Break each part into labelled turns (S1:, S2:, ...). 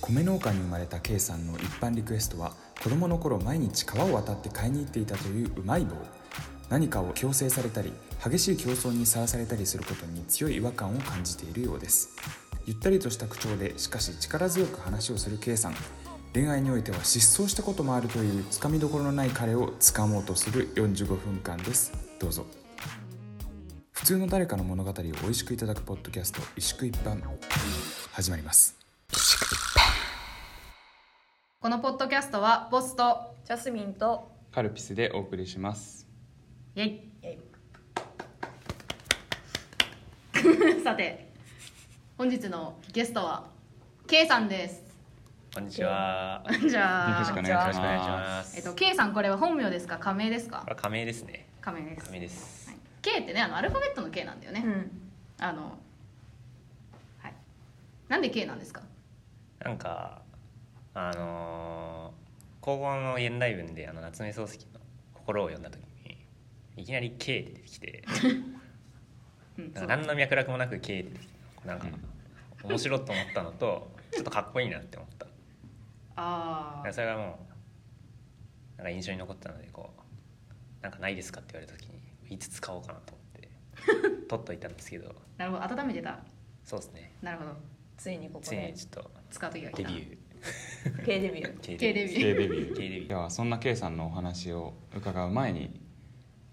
S1: 米農家に生まれた K さんの一般リクエストは子供の頃毎日川を渡って買いに行っていたといううまい棒何かを強制されたり激しい競争にさらされたりすることに強い違和感を感じているようですゆったりとした口調でしかし力強く話をする K さん恋愛においては失踪したこともあるというつかみどころのない彼をつかもうとする45分間ですどうぞ普通の誰かの物語を美味しくいただくポッドキャスト「一宿一般」始まります
S2: このポッドキャストはボスと
S3: ジャスミンと
S1: カルピスでお送りします
S2: イェイ さて本日のゲストは K さんです
S4: こんにちは。よ
S2: じゃ
S1: よろしくお
S2: あ、
S1: 願いします
S4: ろしくお願いします。
S2: えっと、K さんこれは本名ですか仮名ですか
S4: これは仮名ですね。
S2: 仮名です、
S4: 仮名です。
S2: はい、K ってねあのアルファベットの K なんだよね、
S3: ん
S2: あのはいなんで K なんですか
S4: なんかあのー高校の現代文であの夏目漱石の心を読んだ時にいきなり K って出てき て、
S2: うん
S4: な
S2: そ
S4: ん
S2: う
S4: か何の脈絡もなく K って出てきて、なんか
S1: うん
S4: 面白いと思ったのとちょっとかっこいいなって思った。
S2: あ
S4: なんか
S2: あ
S4: それがもうなんか印象に残ったのでこうなんかないですかって言われた時にいつ使おうかなと思って取っといたんですけど、
S2: なるほど温めてた
S4: そうですね。
S2: なるほど
S3: ついにここ
S4: ついに
S3: で
S4: ちょっと
S2: 使う時が来
S4: デ
S2: た
S4: ビュー。
S3: K デビュー
S4: K
S2: デビ
S1: デ
S2: ュー K
S1: ビュ
S4: K デビュー
S1: ではそんな K さんのお話を伺う前に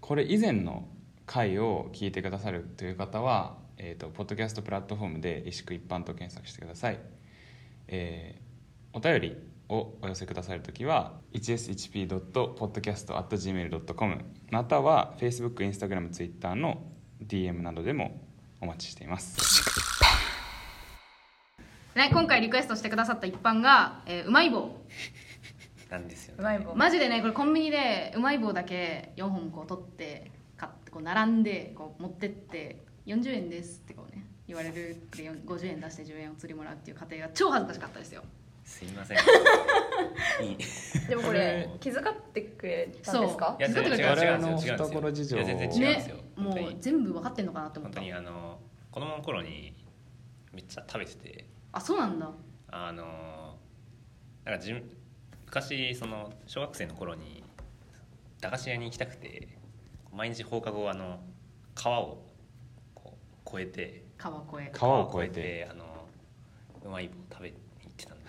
S1: これ以前の回を聞いてくださるという方は、えー、とポッドキャストプラットフォームで「一宿一般」と検索してください、えーお便りをお寄せくださるときは 1shp.podcast.gmail.com または Facebook、Instagram、Twitter の DM などでもお待ちしています
S2: ね、今回リクエストしてくださった一般が、えーうまい棒
S4: なんですよ、ね。
S3: うまい棒
S2: マジでねこれコンビニでうまい棒だけ4本こう取って買ってこう並んでこう持ってって40円ですってこうね言われるでよん50円出して10円お釣りもらうっていう過程が超恥ずかしかったですよ
S4: すいません。いい。
S3: でもこれ気遣ってくれたんですか
S2: や
S4: 違う
S2: 全部
S4: 違う違う
S2: 我
S4: 違
S1: 々
S4: うん
S1: の
S4: ですよ。
S1: 懐事情
S4: いや全然違うんです
S2: ね
S4: よ。
S2: も
S4: 本当
S2: う
S4: に
S2: 全部分かってんのかなと思
S4: 本
S2: っ
S4: 当
S2: た
S4: にあの子供の頃にめっちゃ食べてて
S2: あそうなんだ
S4: あのなんかじん昔その小学生の頃に駄菓子屋に行きたくて毎日放課後あの川をこう越えて
S2: 川越え
S1: 川を越えて
S4: あのうまい棒食べに行ってたんで。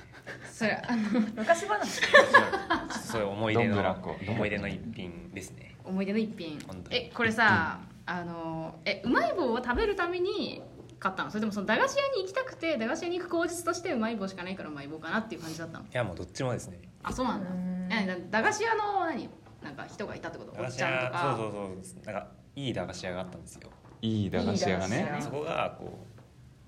S2: それあの
S3: 昔話
S4: そういう思い出
S1: どんぶら
S4: の
S1: こ
S4: 思い出の一品ですね。
S2: 思い出の一品
S4: 本当に
S2: えこれさあのえうまい棒を食べるために買ったのそれともその駄菓子屋に行きたくて駄菓子屋に行く口実としてうまい棒しかないからうまい棒かなっていう感じだったの
S4: いやもうどっちもですね。
S2: あそうなんだ
S3: うん
S2: えな駄菓子屋の何なんか人がいたってことお
S4: 駄菓
S2: っ
S4: 子
S2: ちゃんと
S4: 屋
S2: か
S4: そうそうそうなんかいい駄菓子屋があったんですよ
S1: いい駄菓子屋が
S3: いい
S1: ね
S3: 駄菓子屋
S4: そこがこ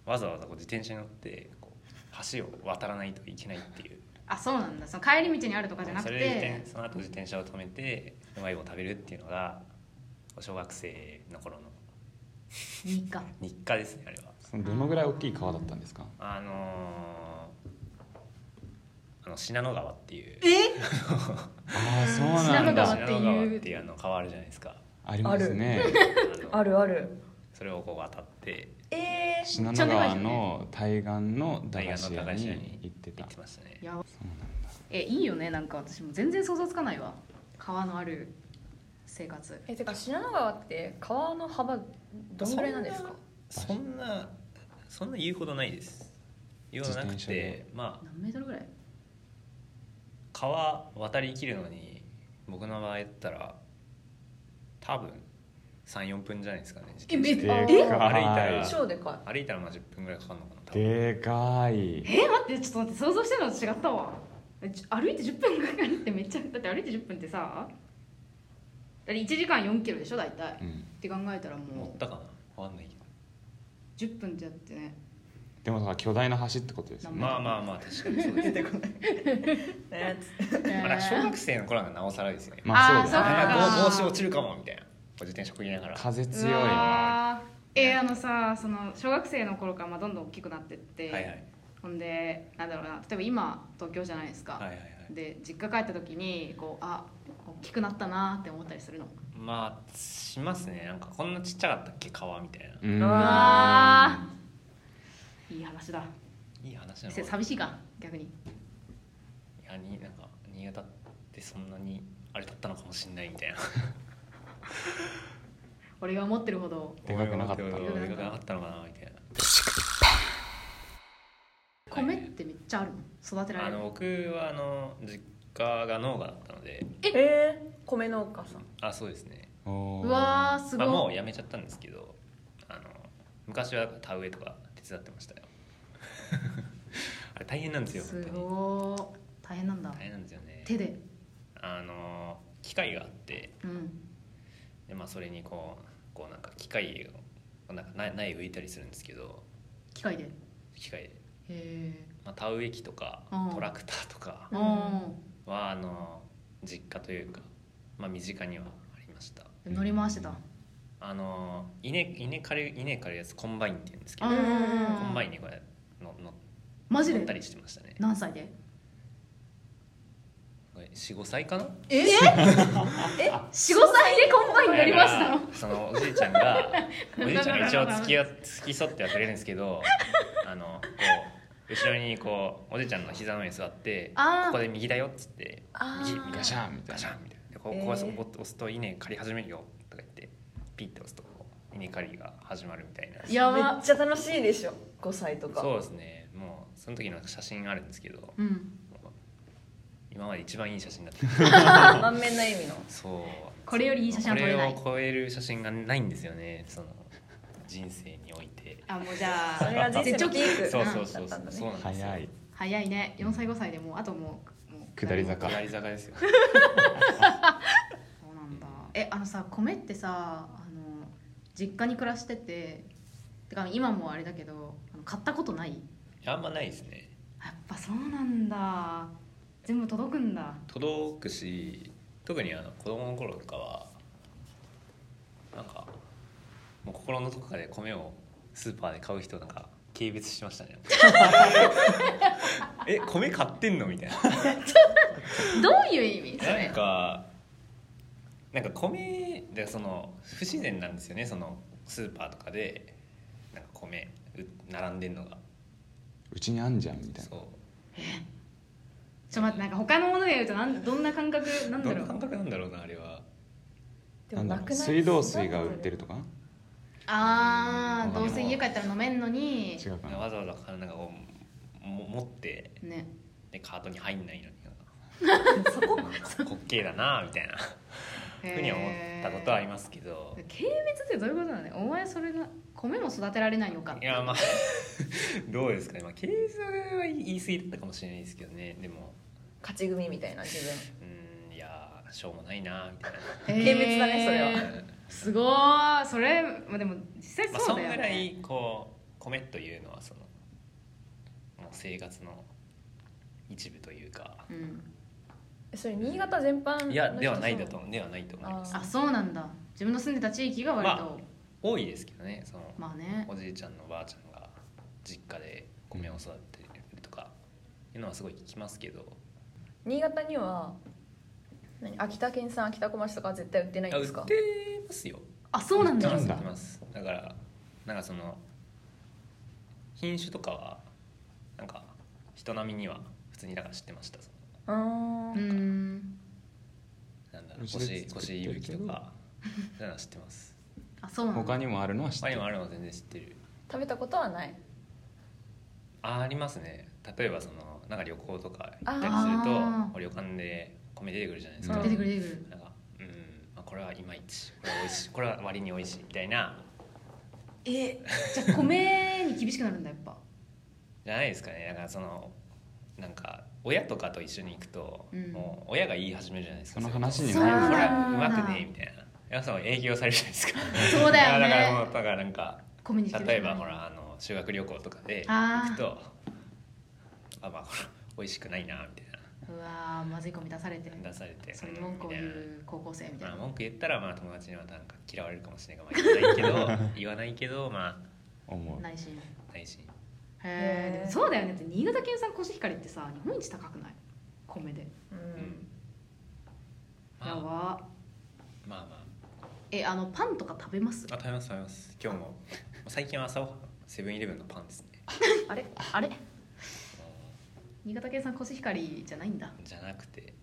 S4: うわざわざこう自転車に乗ってこう橋を渡らないといけないっていう
S2: あそうなんだその帰り道にあるとかじゃなく
S4: それで自
S2: て
S4: 転その後自転車を止めてうまい棒を食べるっていうのが小学生の頃の
S2: 日課
S4: 日課ですねあれは
S1: そのどのぐらい大きい川だったんですか
S4: あのーあの信濃川っていう
S2: え
S1: ああそう
S2: 信
S1: な
S2: 濃
S1: ん
S2: 川
S1: だ
S2: っていう
S4: 信濃川っていうあの川あるじゃな いですか
S1: ありますね
S4: あの
S3: あるある
S4: それをこう渡って
S3: えー、
S1: 信濃川の対岸の駄
S4: 大
S1: 菓
S4: 学
S1: 子
S4: の
S1: 屋
S4: 駄菓子屋
S1: に
S4: に
S1: 行ってた
S4: 行ってましたね
S2: いやえいいよねなんか私も全然想像つかないわ川のある生活
S3: えてか信濃川って川の幅どんぐらいなんですか
S4: そんなそんな言うほどないです言うほどなく
S1: 自転車で
S4: てまあ
S2: 何メートルぐらい
S4: 川渡りきるのに僕の場合だったら多分34分じゃないですかね自転車
S1: で
S4: で
S3: え
S1: か
S4: 歩いた
S1: い
S4: ら
S3: 超でか
S4: 歩いたらまあ10分ぐらいかかるのかな多分
S1: でかい
S2: え待ってちょっと待って想像してるのと違ったわえち歩いて10分かかるってめっちゃだって歩いて10分ってさだって1時間4キロでしょ大体っ
S1: うん
S2: て考えたら
S4: 持
S2: も
S4: ったかな分かんないけど
S2: う10分ってやってね
S1: でもさ巨大な橋ってことですよね
S4: まあまあまあ確かにそうですね
S3: いね
S4: まあ小学生の頃はなおさらですよね
S1: ま
S2: あ
S1: あそ
S2: ー
S1: う
S2: そ
S1: だ
S2: っか
S1: ね
S4: あー帽子落ちるかもみたいなこう自転車こぎながら
S1: 風強いうな
S2: わーえーあのさその小学生の頃からまあどんどん大きくなってって、
S4: はいはい
S2: ほんでなんだろうな例えば今東京じゃないですか、
S4: はいはいはい
S2: で実家帰った時にこうあ大きくなったなーって思ったりするの
S4: まあしますねなんかこんなちっちゃかったっけ川みたいな
S1: うん
S3: う
S2: わいい話だ
S4: いい話なの
S2: せ寂しいか逆に
S4: いやになんか新潟ってそんなにあれだったのかもしれないみたいな
S2: 俺が思ってるほど
S1: でかくなかった
S4: で
S2: でかくなかった
S4: かくなかったのかなみたいな
S2: 米ってめっちゃあるの育てら
S4: あ
S2: れる
S4: の僕はあの実家が農家だったので
S3: えー、米農家さん
S4: あそうですね、
S1: おー
S2: うわーすご
S4: ま
S2: い、
S4: あ、もうやめちゃったんですけどあの昔は田植えとか手伝ってましたよあれ大変なんですよ
S2: す
S4: 本当に
S2: ごい大変なんだ
S4: 大変なんですよね
S2: 手で
S4: あの機械があって
S2: うん
S4: で、まあ、それにこうこうなんか機械をなんか苗苗植えたりするんですけど
S2: 機械でへ
S4: 機械で、
S2: え
S4: まあ、田植え機とか
S2: うん
S4: トラクターとか
S3: うん
S4: はあの実家というか、まあ、身近にはありました
S2: 乗り回してた
S4: あの稲稲刈る稲刈るやつコンバインって言うんですけ
S2: う
S4: ど
S2: んう
S4: コ
S2: んうん
S4: ンバインにこれのの
S2: マジ
S4: 乗った
S2: で
S4: りしてましたね
S2: 何歳で
S4: 45歳かな
S3: えええ
S2: 45歳でコンバイン乗りまし
S4: だ
S2: た
S4: からそのおじい ちゃんがおじいちゃんが一応付き
S2: 合
S4: 合付き添ってはくれるんですけどあのこう後ろにこうおじいちゃんの膝の上に座ってこ
S2: あー
S4: こで右だよっつって
S3: あ
S4: 右
S3: ー
S4: 右
S1: ガシャンみたい
S4: ガ
S1: な
S4: シャンみたいなでこう
S3: えー
S4: こう押す押すと稲刈り始めるよとか言ってピッて押すとこう稲刈りが始まるみたいな
S2: や
S3: め
S2: ば
S3: っちゃ楽しいでしょ5歳とか
S4: そうですねもうその時の写真あるんですけど
S2: うん
S4: 今まで一番いい写真だっ た
S3: 満面の笑みの
S4: そう
S2: これよりいい写真は撮れない
S4: これを超える写真がないんですよねその人生において
S2: あもうじゃ
S3: それが
S2: あ
S3: 人生
S2: 絶
S3: の
S2: 頂
S3: ピ
S2: 期
S3: ーク
S4: そうそうそ
S3: だ
S4: うそ
S3: ったんだね
S4: うそうなんですよ
S1: 早い
S2: 早いね4歳5歳でもうあともうもう
S1: 下り坂
S4: 下り坂ですよ
S2: そうなんだえあのさ米ってさあの実家に暮らしてててか今もあれだけどあの買ったことない
S4: あんまないですね
S2: やっぱそうなんだ全部届くんだ
S4: 届くし特にあの子供の頃とかはなんかもう心のどこかで米をスーパーで買う人なんか軽蔑してまし たねえ米買ってんのみたいな
S2: どういう意味そ
S4: な
S2: れ
S4: んかなんか米でその不自然なんですよねそのスーパーとかでなんか米う並んでんのが
S1: うちにあんじゃんみたいな
S4: そ
S2: ちょっと待ってなんか他のもので言うとなんどんな感覚なん
S4: うど
S2: だ
S4: ん
S2: ろ
S4: な感
S2: う
S4: 覚なんだろうなあれは
S3: でも
S1: な
S3: なん
S1: だろ
S3: くな
S1: う
S3: い
S1: 水道水が売ってるとか
S2: あーどうせ家帰ったら飲めんのに
S1: 違うかな
S4: わざわざかなんかこうも持って
S2: ね
S4: でカートに入んな いのになんか
S3: そこ
S4: 滑稽だなみたいなふうには思ったことはありますけど
S2: へー軽蔑ってどういうことなのねお前それが米も育てられないのか
S4: いやまあ どうですかねまあ軽蔑は言い過ぎだったかもしれないですけどねでも
S3: 勝ち組みたいな自分
S4: うんいやーしょうもないなみたいな
S2: 軽
S3: 軽蔑だねそ れは
S2: すごーそれまあでも実際
S4: まあ、
S2: そ
S4: そ
S2: うんだよ
S4: ぐ
S2: ね、
S4: らいこう米というのはそのもう生活の一部というか
S2: うん、
S3: えそれ新潟全般の人
S4: いやではないだとではないと思います
S2: あそうなんだ自分の住んでた地域が割と、
S4: 多いですけどねその
S2: まあ、ね
S4: おじいちゃんのおばあちゃんが実家で米を育ててるとかいうのはすごい聞きますけど
S3: 新潟には何秋田県産秋田小町とかは絶対売ってないん
S4: あ売
S3: です
S4: っ
S3: か
S4: てますよ
S2: あそうなんだ
S4: 売って
S1: ん
S4: ま
S1: だ
S4: す売ってますだからなんかその品種とかはなんか人並みには普通にだから知ってましたその
S3: うーん
S2: うーん
S4: なんだろ
S1: う
S4: う
S1: ちで
S4: 腰
S1: 作って
S4: 腰
S1: る
S4: い
S1: けど
S4: ぶきとかそういうのは知ってます
S2: あそうなんだ
S1: 他にもあるのは知っ
S4: 他
S1: て
S4: に
S1: る
S4: もあるのは全然知ってる
S3: 食べたことはない
S4: あありますね例えばそのなんか旅行とか行ったり
S2: あ
S4: すると旅館で米出てくるじゃないです
S1: う
S4: か、
S1: ん
S2: 出てくる出てくる
S4: なんかうん、まあ、これはいまいちこれは美味しい これは割に美味しいみたいな
S2: えじゃあ米に厳しくなるんだやっぱ
S4: じゃないですかねだからそのなんか親とかと一緒に行くと、
S2: うん
S4: もう親が言い始めるじゃないですか
S1: その話に
S4: これ
S1: な
S2: そう
S1: る
S2: なんだ
S4: はうまくねみたいな皆さん営業されるじゃないですか
S2: そうだよね
S4: い やだからもうだからなんか
S2: コミュニティ
S4: 例えばほらあの修学旅行とかで
S2: あー
S4: 行くとあまあほら美味しくないなみたいう
S2: わーまずい米出されて
S4: な出されて
S2: それ
S4: う
S2: に
S4: ん
S2: 文句を言
S4: みたいな
S2: う高校生みたい
S4: まあ、
S2: な、
S4: 文句言ったらまあ友達にはなんか嫌われるかもしれないから、まあ、言わないけど 言わないけどま
S1: 思う
S2: 内心
S4: あ内心
S2: へ
S3: へ
S2: え
S3: ー
S2: でもそうだよねだって新潟県産コシヒカリってさ日本一高くない米で
S3: う
S4: うんんま
S2: や
S4: あま
S2: ば
S4: あま
S2: えあのパンとか食べます
S4: ああ食べます 食べます今日も最近は朝ごはんセブンイレブンのパンですね
S3: あれあれ
S2: 新潟県産コシヒカリじゃないんだ
S4: じゃなくて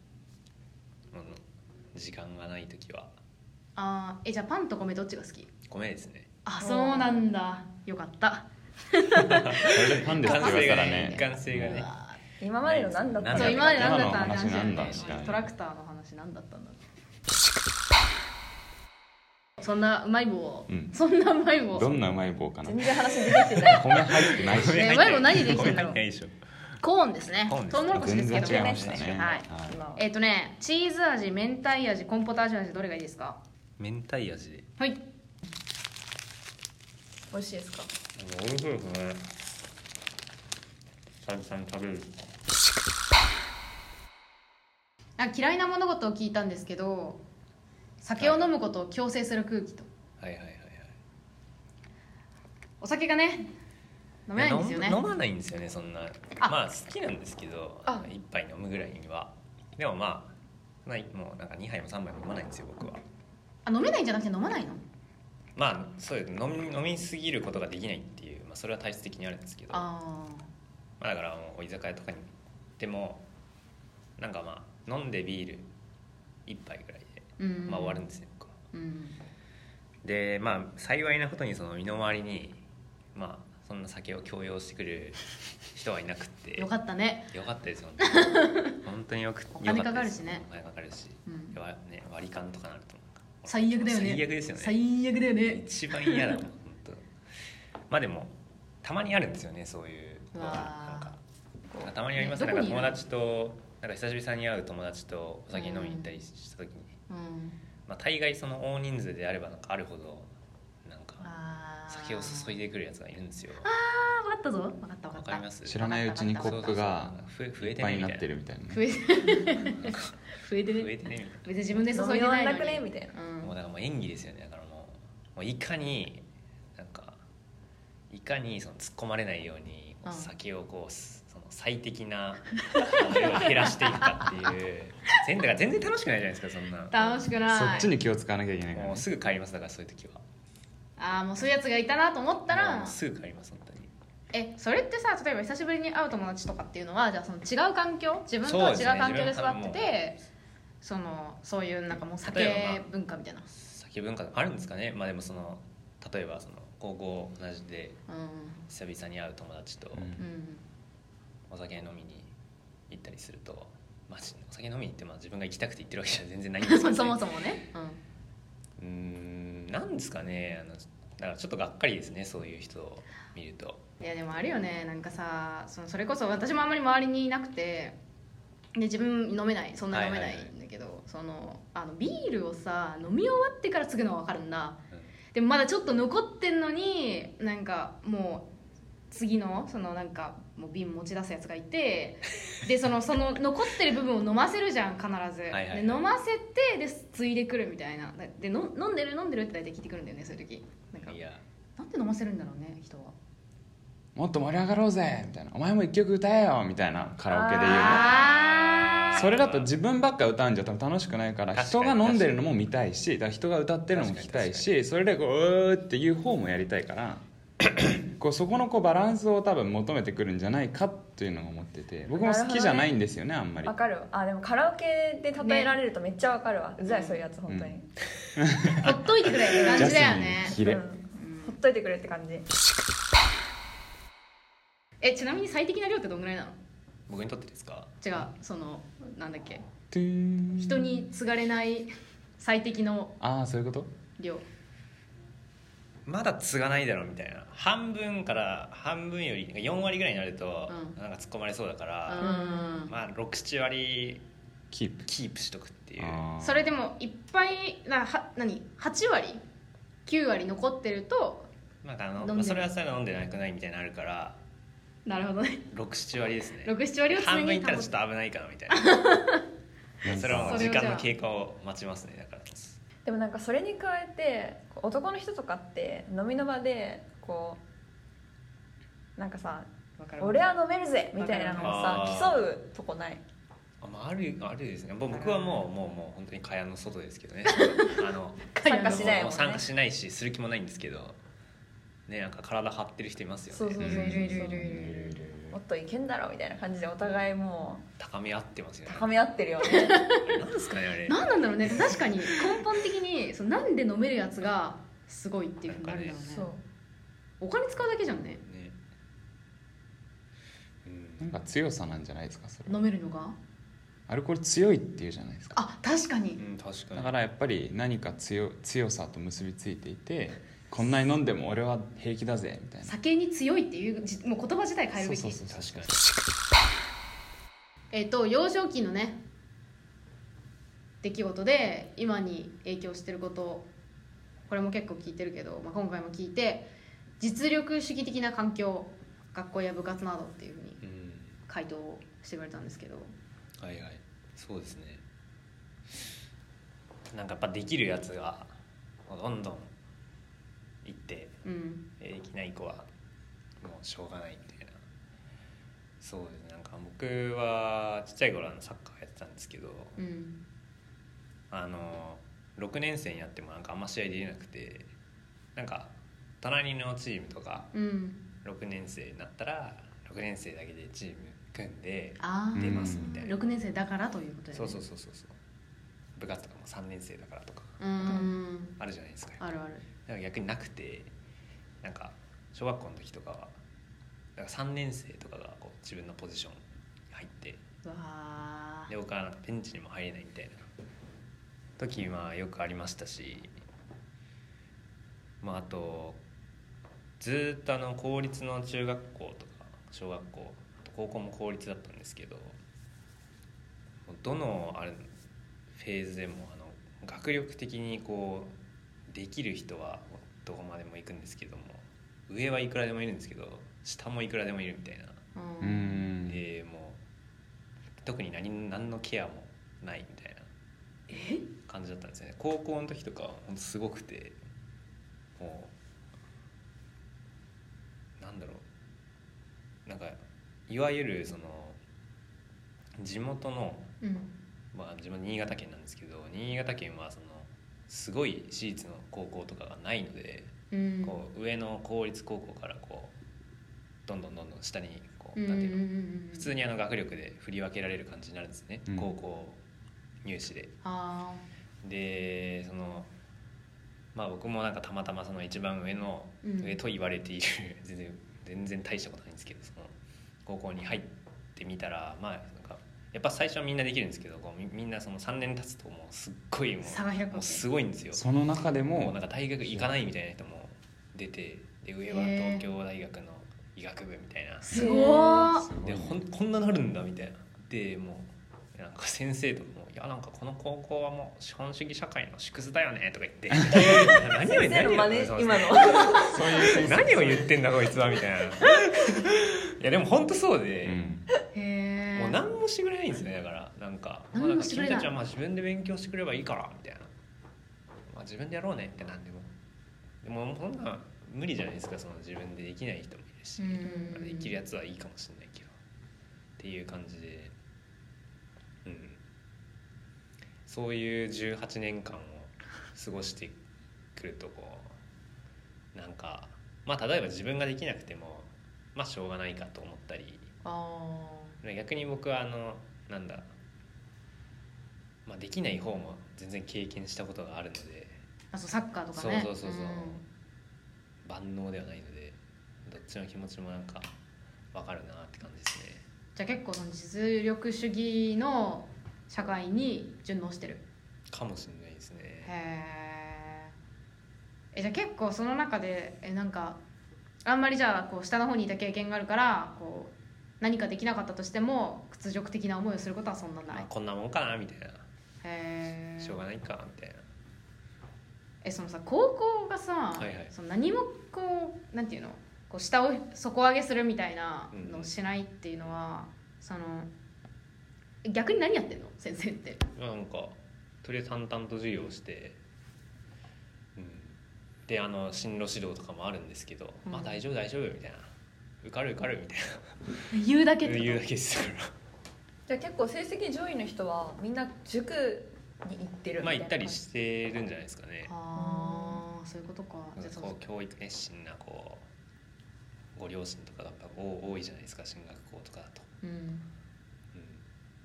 S4: あの時間がない時は
S2: あーえじゃあパンと米どっちが好き
S4: 米ですね
S2: あそうなんだよかった
S5: れでパンで
S4: 完
S5: 作る
S4: 成
S5: か
S4: が
S5: ら
S4: ね
S5: ね
S4: 完成がね
S3: 今までの何だった
S4: なん
S2: そう今まで何だった
S5: 今の話なんだ
S2: 話だよ
S5: 確か
S2: ね
S5: に
S2: トラクターの話何だったんだそんなうまい棒を、
S5: うん
S2: そんなうまい棒
S5: どんなうまい棒かな
S3: 全然話出てきてない
S5: 米入ってないし
S2: えうまい棒何できてんだろう
S4: 米入ってないでしょ
S2: コーンですね
S4: コーンです
S2: トウモロコシで
S5: 全
S2: すけど
S5: 然違いましたね
S2: はい
S3: 今は
S2: えっ、とねチーズ味明太味コンポタージュ味どれがいいですか
S4: 明太味で
S2: はい
S3: 美味しいですか
S4: 美味しいですね久々に食べる
S2: あ嫌いな物事を聞いたんですけど酒を飲むことを強制する空気と
S4: はいはいはいはい
S2: お酒がね飲めないんですよね
S4: や飲飲まないんですよねそんな
S2: あ
S4: まあ好きなんですけど
S3: あ
S4: 一杯飲むぐらいにはでもまあないもうなんか2杯も3杯も飲まないんですよ僕は
S2: あ飲めないんじゃなくて飲まないの
S4: まあそうです飲み飲みすぎることができないっていう、まあ、それは体質的にあるんですけど
S2: あ
S4: まあ、だからもう居酒屋とかに行ってもなんかまあ飲んでビール一杯ぐらいで、
S2: ーうん
S4: まあ、終わるんですね僕は
S2: うん
S4: でまあ幸いなことにその身の回りにまあそんな酒を強要してくる人はいな くって
S2: よかったね
S4: よかったで す本当に本当によく
S2: お金かかるしね
S4: よかったですお
S2: うん
S4: 金かかるし、わね、割り勘とかなると思う
S2: 最悪だよね
S4: 最悪ですよね
S2: 最悪だよね
S4: 一番嫌だもん本当まあでもたまにあるんですよねそういう
S2: う
S4: な
S2: わ
S4: ん
S2: ー
S4: かたまにあります
S2: ね
S4: な
S2: ど
S4: ん
S2: こ
S4: か
S2: にいる
S4: 友達となんか久しぶりに会う友達とお酒飲みに行ったりした時に、
S2: うん
S4: まあ、大概その大人数であればなんかあるほどなんか
S2: あー
S4: 酒を注いでくるやつがいるんですよ
S2: あーわかったぞわかったわか
S4: わ
S2: っ
S4: か
S2: た
S4: ります
S5: 知らないうちにコップが
S4: そうそうそう増え増
S5: い
S4: え
S5: ってぱ
S4: ね
S5: い
S4: みた
S5: にないっ
S4: な
S5: てるみたいな
S2: 増えて増えて
S4: 増え
S2: ね
S4: てねみたいな
S2: 別に自分で注
S3: 飲
S2: い
S3: み
S2: で
S3: 終わ
S2: ない
S3: ん
S2: の
S3: な
S2: に
S3: くねみたいな
S2: うん
S4: もうだからもう演技ですよねだからもうもういかになんかいかにその突っ込まれないようにこう
S2: うん
S4: 先をこうすその最適な量を減らしていくかっていう全だから全然楽しくないじゃないですかそんな
S2: 楽しくない
S5: そっちに気を使わなきゃいけないから
S4: も
S5: ね
S4: うすぐ帰りますだからそういう時は
S2: ああもうそういうやつがいたなと思った
S4: も
S2: ら
S4: うすぐ帰ります本当に
S2: えそれってさ例えば久しぶりに会う友達とかっていうのはじゃあその違う環境自分とは違う環境で育って
S4: そうですね自分は多分も
S2: てそのそういうなんかもう
S4: 例え
S2: 酒
S4: ばまあ
S2: 文化みたいな、
S4: 酒文化あるんですかねまあでもその例えばその高校同じで
S2: う
S4: 久々に会う友達と
S5: うん
S2: んうん、
S4: お酒飲みに行ったりすると、まあ、お酒飲みに行ってまあ自分が行きたくて行ってるわけじゃ全 然ないんですけど、ね、
S2: そもそもね、うん、
S4: うーんなんですかねあのだからちょっとがっかりですねそういう人を見ると
S2: いやでもあるよねなんかさそのそれこそ私もあんまり周りにいなくてで自分飲めないそんな飲めないんだけど、そのあのビールをさ飲み終わってから継ぐのは分かるんだ、
S4: うん
S2: でもまだちょっと残ってんのになんかもう次のそのなんかもう瓶持ち出すやつがい てでそのその残ってる部分を飲ませるじゃん必ず
S4: いはいはい
S2: で飲ませてでついでくるみたいなでの飲んでる飲んでるって大体聞いてくるんだよねそういう時なんか
S4: いや
S2: なんで飲ませるんだろうね人は。
S5: もっと盛り上がろうぜみたいなお前も一曲歌えよみたいなカラオケで言うね
S2: あ
S5: それだと自分ばっか歌うんじゃ多分楽しくないから
S4: 確か
S5: 人
S4: に
S5: が飲んでるのも見たいしだから人が歌ってるのも聞きたいしそれでこううーっていう方もやりたいからこうそこのこうバランスを多分求めてくるんじゃないかっていうのを思ってて僕も好きじゃないんですよねあんまり
S3: わかるわあでもカラオケで例えられるとめっちゃわかるわ、うざい
S2: うん
S3: そういうやつ本当に、
S2: ーほっといてくれって感
S5: ジャ
S2: じ
S5: ス
S2: だよ
S5: ミ
S2: ね
S5: ンキレ
S3: ほっといてくれって感じ
S2: えちなみに最適な量ってどんぐらいなの
S4: 僕にとってですか
S2: 違うそのなんだっけ
S5: トゥーン
S2: 人に継がれない最適の
S5: ああそういうこと
S2: 量
S4: まだ継がないだろうみたいな半分から半分よりなんか4割ぐらいになると、
S2: う
S4: なんか突っ込まれそうだか
S2: う
S4: ら、
S2: ん
S4: まあ67割
S5: キープ
S4: キープしとくっていう
S5: あー
S2: それでもいっぱいなは何8割9割残ってると
S4: なんかあの
S2: 飲んでる
S4: まあ、それはそれは飲んでなくないみたいなのあるから
S2: なるほどね
S4: 67割ですね
S2: 67割を常
S4: 半分い
S2: に
S4: ったら
S2: 保
S4: ちょ
S2: つ
S4: っと危ないかなみたいなそれはもう
S2: それ
S4: 時
S2: をじゃあ
S4: 間の経過を待ちますねだから
S3: でもなんかそれに加えて男の人とかって飲みの場でこうなんかさ
S2: わか
S3: 「
S2: る
S3: 俺は飲めるぜ!」みたいなのを
S4: あ
S3: さ
S4: ー
S3: 競うとこない
S4: あまあ、あるあるですねぼ僕はもうもうもう本当に蚊帳の外ですけ どねあの
S2: 会
S3: 参加
S2: 話の
S3: しないもんね
S4: もう参加しないしする気もないんですけどねなんか体張ってる人いますよね
S3: そうそうそうそう
S2: いるいるいるいるいる
S5: いるいるいる
S3: もっといけんだろみたいな感じでお互いも
S4: 高め合ってます
S3: う
S4: よね
S3: 高め合ってるよ ね
S4: なんですかねあれ
S2: 何なんだろうね確かに根本的にそのなんで飲めるやつがすごいっていうふうになるんだろうね
S3: そう
S2: お金使うだけじゃんね
S4: ねう
S5: なん
S4: ん
S5: か強さなんじゃないですかそれ
S2: 飲めるのが
S5: アルコール強いっていうじゃないですか
S2: あ確かに
S4: うん確かに
S5: だからやっぱり何か強強さと結びついていてこんなに飲んでも俺は平気だぜみたいな
S2: 酒に強いっていうじもう言葉自体変えるべき
S5: そうそうそう
S4: 確かに
S2: えっ、と幼少期のね出来事で今に影響してることこれも結構聞いてるけど、まあ、今回も聞いて実力主義的な環境学校や部活などっていうふうに
S4: うん
S2: 回答をしてくれたんですけど
S4: はいはいそうですねなんかやっぱできるやつがどんどん行って
S2: うん
S4: できない子はもうしょうがないみたいなそうですねなんか僕はちっちゃい頃あのサッカーやってたんですけど
S2: うん
S4: あの6年生になってもなんかあんま試合出れなくてなんか隣のチームとか
S2: うん
S4: 6年生になったら6年生だけでチーム組んで
S2: ああ
S4: 出ますみたいな、
S2: 6年生だからということで、ね、
S4: そうそうそうそうそう部活とかも3年生だからとか
S2: うーん
S4: あるじゃないですか
S2: あるある
S4: なんか逆になくてなんか小学校の時とかはなんか3年生とかがこう自分のポジションに入って
S2: うわ
S4: で僕はなんかベンチにも入れないみたいな時はよくありましたしまああとずーっとあの公立の中学校とか小学校高校も公立だったんですけどもうどのあれフェーズでもあの学力的にこうできる人はどこまでも行くんですけども上はいくらでもいるんですけど下もいくらでもいるみたいな。
S2: ーう
S5: うんん
S4: でもう特に何何のケアもないみたいな
S2: え
S4: 感じだったんですよね高校の時とかは本当すごくてもうなんだろうなんかいわゆるその地元の、
S2: うん
S4: まあ、地元新潟県なんですけど新潟県はそのすごい私立の高校とかがないので、
S2: うん
S4: こう上の公立高校からこうどんどんどんどん下にこう、
S2: うんうん
S4: な
S2: うん
S4: ていうの
S2: ん
S4: 普通にあの学力で振り分けられる感じになるんですね、
S5: うん
S4: 高校入試で
S2: あ
S4: でそのまあ僕もなんかたまたまその一番上の、
S2: うん
S4: 上と言われている 全然全然大したことないんですけどその高校に入ってみたらまあなんかやっぱ最初はみんなできるんですけどこうみみんなその3年経つともうすっごいも
S2: あ差が開
S4: う
S2: く
S4: も
S2: わ
S4: う
S2: け
S4: すごいんですよ
S5: その中で
S4: もう
S5: も
S4: なんか大学行かないみたいな人も出てで上は東京大学の医学部みたいな
S2: すごー
S5: すごい
S4: で
S5: ね
S4: ほんこんななるんだみたいなでもうなんか先生とかも「いやなんかこの高校はもう資本主義社会の縮図だよね」とか 言って「何を
S3: 先生の真似
S4: 何を
S3: 今の
S5: そういう先生
S4: 何を言ってんだこいつは」みたいないやでも本当そうで、
S5: うん
S2: へえ
S4: もう何もしてくれないんですねだからなんか「も
S2: 何も
S4: うなんか
S2: してく
S4: 君
S2: れない
S4: たちはまあ自分で勉強してくればいいから」みたいな「まあ、自分でやろうね」ってなんでもでもそんな無理じゃないですかその自分でできない人もいるし、
S2: うん
S4: できるやつはいいかもしれないけどっていう感じで、うん、そういう18年間を過ごしてくるとこうなんかまあ例えば自分ができなくてもまあしょうがないかと思ったり
S2: あ
S4: 逆に僕はあのなんだ、まあ、できない方も全然経験したことがあるので
S2: ーあそうサッカーとか
S4: そう
S2: ね
S4: そうそうそう、万能ではないのでどっちの気持ちもなんかわかるなって感じですね
S2: じゃあ結構その実力主義の社会に順応してる
S4: かもしれないですね
S2: へーえじゃあ結構その中でえなんかあんまりじゃあこう下の方にいた経験があるからこう何かできなかったとしても屈辱的な思いをすることはそんなな
S4: まあ
S2: い
S4: こんなもんかなみたい
S2: へ
S4: な
S2: え
S4: しょうがないかみたいな
S2: えそのさ高校がさ、
S4: はいはい
S2: その何もこうなんていうのこう下を底上げするみたいなのをしないっていうのは、その逆に何やってんの先生って
S4: まあなんかとりあえず淡々と授業をして、うん、であの進路指導とかもあるんですけど、
S2: うん
S4: まあ大丈夫大丈夫みたいな受かる受かるみたい
S2: 言うだけっ
S4: な
S2: て
S4: 言うだ
S2: こ
S4: けです から
S3: じゃあ結構成績上位の人はみんな塾に行ってる
S4: まあ行ったりしてるんじゃないですかね
S2: と。ああそういうことか
S4: なん
S2: じゃあそ
S4: かこ
S2: の
S4: う教育熱心なこうご両親とかがやっぱ多多いじゃないですか進学校とかだと、
S3: うん
S4: うん、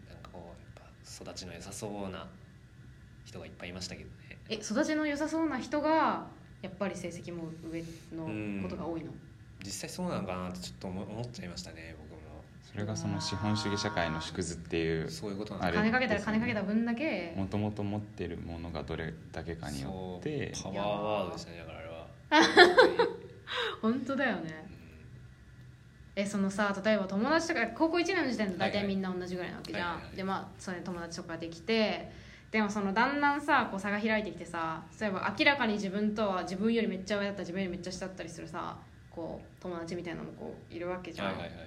S4: なんかこうやっぱ育ちの良さそうな人がいっぱいいましたけどね
S2: え育ちの良さそうな人がやっぱり成績も上のことが多いの、
S4: 実際そうなのかなってちょっと思思っちゃいましたね僕も
S5: それがその資本主義社会の縮図っていう
S4: そういうことなん
S5: あれ
S2: 金かけたら金かけた分だけ
S5: もともと持ってるものがどれだけかによって
S4: そう
S2: い
S4: パ
S2: やー
S4: ワーワードでしたねだからあれは本当に
S2: 本当だよ
S4: う
S2: ね
S4: ん
S2: えそのさ例えば友達とか高校1年の時点で大
S4: はい
S2: 体
S4: はい
S2: みんな同じぐらいなわけじゃん、
S4: はいはい
S2: でまあそれで友達とかできてでもそのだんだんさこう差が開いてきてさ例えば明らかに自分とは自分よりめっちゃ上だったり自分よりめっちゃ下だったりするさこう友達みたいなのもこういるわけじゃん、
S4: はいはいはい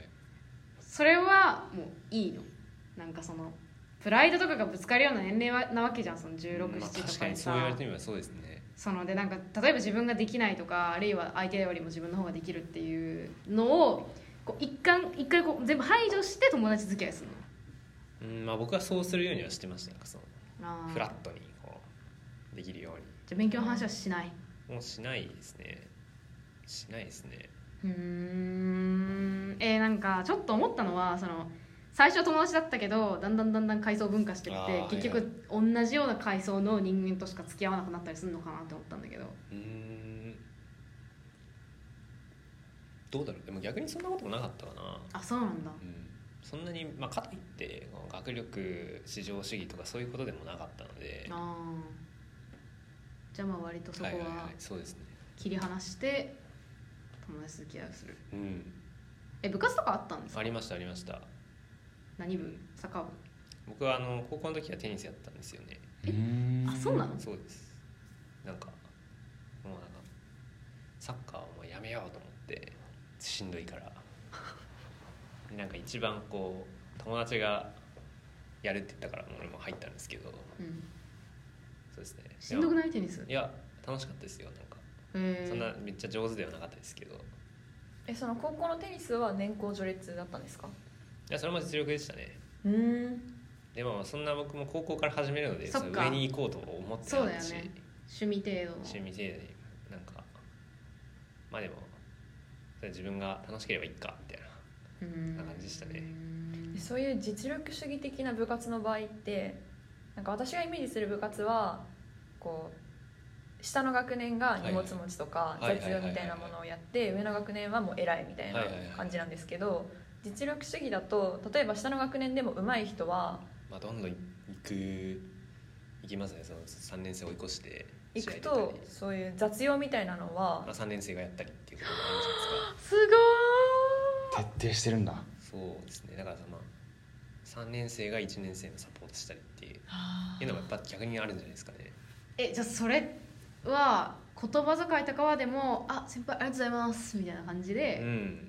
S2: それはもういいのなんかそのプライドとかがぶつかるような年齢はなわけじゃんその1617、
S4: まあ
S2: と
S4: 確
S2: か
S4: か
S2: で
S4: にそ
S2: さ
S4: う言われてみればそうですね
S2: そのでなんか例えば自分ができないとかあるいは相手よりも自分の方ができるっていうのをこう一貫一回こう全部排除して友達付き合いするの
S4: うんまあ僕はそうするようにはしてましたなんかその
S2: あー
S4: フラットにこうできるよう
S2: じゃあ勉強の話はしない
S4: にもうしないですねしないですね
S2: うーんえー、なんかちょっと思ったのはその最初は友達だったけどだんだんだんだん階層分化してっ
S4: あ
S2: て
S4: ー
S2: 結局同じような階層の人間としか付き合わなくなったりするのかなって思ったんだけど
S4: うんどうだろうでも逆にそんなこともなかったかな
S2: あそうなんだ
S4: うんそんなにまあかといってこう学力至上主義とかそういうことでもなかったので
S2: ああじゃあまあ割とそこ
S4: いい、
S2: はい
S4: そうですね
S2: 切り離して友達付き合いをする
S4: うん
S2: え部活とかあったんですか
S4: ありましたありました
S2: 何部サッカー部
S4: 僕はあの高校の時はテニスやったんですよね
S2: え
S5: ん
S2: あそうなの
S4: そうですなんかもうなんかサッカーをもうやめようと思ってしんどいからでなんか一番こう友達がやるって言ったからもう俺も入ったんですけど
S2: うん
S4: そうですね
S2: しんどく
S4: い
S2: ないテニス
S4: いや楽しかったですよなんか
S2: へ
S4: そん
S2: え
S4: なめっちゃ上手ではなかったですけどい
S3: えその高校のテニスは年功序列だったんですか
S4: やそれも実力でしたね
S3: うん
S4: でもそんな僕も高校から始めるので
S2: そっか
S4: の上に行こうと思ってなかったし
S2: そうだよね趣味程度の
S4: 趣味程度になんかまあでもそれ自分が楽しければいいかみたいな
S2: うーん
S4: な感じでしたね
S2: うーん
S3: そういう実力主義的な部活の場合ってなんか私がイメージする部活はこう下の学年が荷物持ちとか
S4: はいはい
S3: 雑用みたいなものをやって上の学年はもう偉いみたいな
S4: はいはいはい
S3: 感じなんですけど実力主義だと例えば下の学年でも上手い人は
S4: まあどんどん行く行きますねその3年生追い越して
S3: 行く
S4: 試合出
S3: と
S4: たり
S3: そういう雑用みたいなのは
S4: まあ、3年生がやったりっていうこともある
S2: すごーい
S5: 徹底してるんだ
S4: じゃないですかそうですねだからその3年生が1年生のサポートしたりっていういうのがやっぱ逆にあるんじゃないですかね
S2: えじゃあそれは言葉遣いとかはでも「あ先輩ありがとうございます」みたいな感じ
S4: う
S2: で、
S4: ん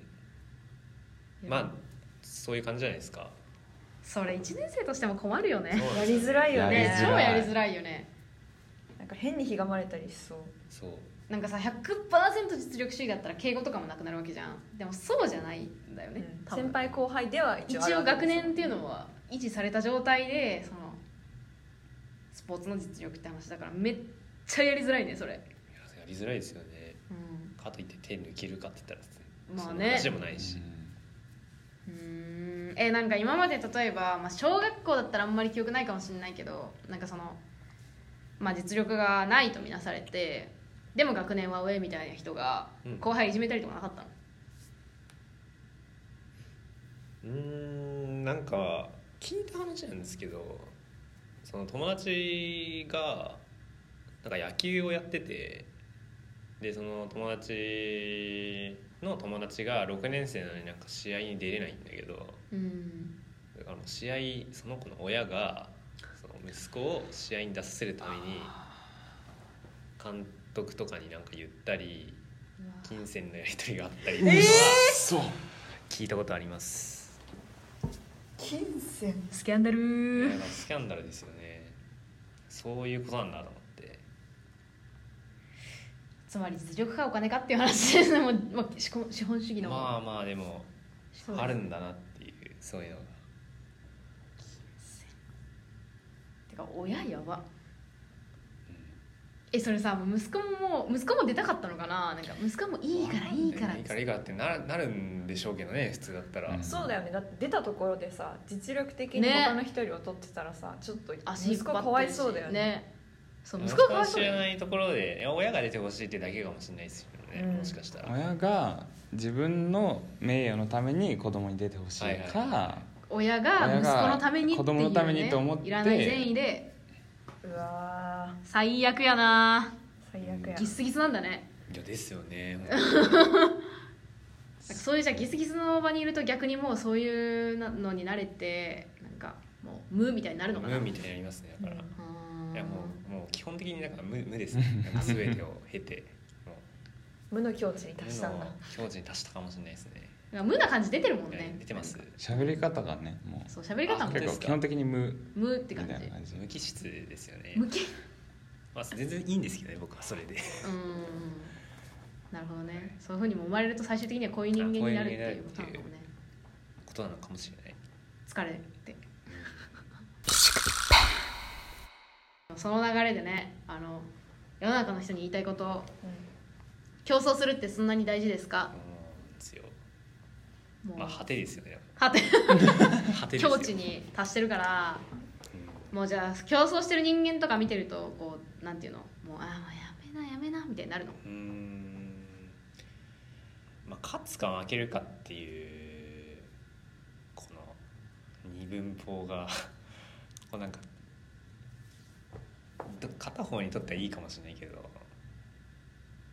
S4: まあそういう感じじゃないですか
S2: それ1年生としても困るよ
S4: そう
S2: ね
S4: なん
S3: や
S4: です
S3: りづらいよ
S5: やり
S2: ね
S5: づ
S2: 超
S5: らい
S3: ね
S2: やりづらいよね
S3: なんか変にひがまれたりしそう
S4: そう
S2: なんかさ100%実力主義だったら敬語とかもなくなるわけじゃんでもそうじゃないんだよね、
S3: うん
S2: 多分
S3: 先輩後輩では
S2: 一
S3: 一応ある
S2: 応
S3: わけ
S2: 学
S3: ですよ
S2: 年っていうのは維持された状態でそのスポーツの実力って話だからめっちゃやりづらいねそれ、
S4: いややりづらいですよね
S2: うん
S4: かといって手抜けるかって言ったら
S2: まあね
S4: そんな話でもないし、
S2: うーんえなんか今まで例えば、まあ、小学校だったらあんまり記憶ないかもしれないけどなんかその、まあ、実力がないとみなされてでも学年は上みたいな人が
S4: うん
S2: 後輩いじめたりとかなかったの、
S4: うーんなんか聞いた話なんですけどその友達がなんか野球をやっててでその友達の友達が6年生なのになんか試合に出れないんだけど
S2: うん
S4: あの試合その子の親がその息子を試合に出させるために監督とかになんか言ったり金銭のやり取りがあったりっていうのは
S5: そう
S4: 聞いたことあります。
S3: 金銭
S2: スキャンダ
S4: いや
S2: ル
S4: なんかスキャンダルですよねそういうことなんだと思って
S2: つまり実力かお金かっていう話ですねもう、もう資本資本主義の、
S4: まあまあでも
S2: そうです
S4: あるんだなっていうそういうのが
S2: てか親やばえそれさもう息子ももう息子も出たかったのかななんか息子もいいからいいから
S6: いいからいいからってなるなるんでしょうけどね普通だったら、
S5: うん
S3: そうだよねだって出たところでさ実力的に
S2: ね
S3: 他の一人を取ってたらさちょっと
S2: 足引っ
S3: 息子
S2: 張ってるし
S3: かわいそうだよね
S2: ねそう
S4: 息
S2: 息
S4: 子
S2: 子がかわ
S4: が
S2: いそうだ
S4: 知ら
S2: よね
S4: ないところでいや親が出てほしいってだけかもしれないですよね、
S3: うん
S4: もしかしたら
S5: 親が自分の名誉のために子供に出てほしい
S4: はいはい
S5: か、
S2: 親が息子のためにっていう、ね、
S5: 親が子供のためにと思って
S2: いらない善意で
S3: うわ
S2: 最悪やな
S3: ー最悪や
S2: ギスギスなんだね
S6: いやですよね
S2: なんかそういうじゃあギスギスの場にいると逆にもうそういうのに慣れてなんかもう無みたいに なるのかな
S4: 無みたいになりますねだから、
S3: う
S2: うーん
S4: いやもうもう基本的になんか無無ですねなんか全てを経ても う
S3: 無の境地に
S4: 無
S3: 達したんだ
S4: の境地に達したかもしれないですね
S2: なんか無な感じ出てるもん
S4: いや
S2: ね
S4: 出てます
S5: 喋り方がねも
S2: そう喋り方
S4: あ
S2: も
S4: 本
S5: う
S4: 当
S5: 結
S4: です
S5: 構
S4: か
S5: 基本的に無
S2: 無っ
S5: み
S2: て
S5: た
S2: 感
S5: い
S2: じ
S5: な感じ
S4: 無機質ですよね
S2: 無形
S4: まあ全然いいんですけどね僕はそれで
S2: うーんなるほどねそういうふうにも生まれると最終的にはこういう人間になるっていうことなのかもね
S4: ことなのかもしれない
S2: 疲れてその流れでねあの世の中の人に言いたいこと競争するってそんなに大事ですか
S4: うんですよ
S2: もう、
S4: まあ果てですよね
S2: はて
S4: 果てですよ
S2: 境地に達してるからもうじゃあ競争してる人間とか見てるとこうなんていうのもうああもうやめなやめなみたいになるの
S4: うんうーんまあ勝つか負けるかっていうこの二分法が こうなんかど片方にとってはいいかもしれないけど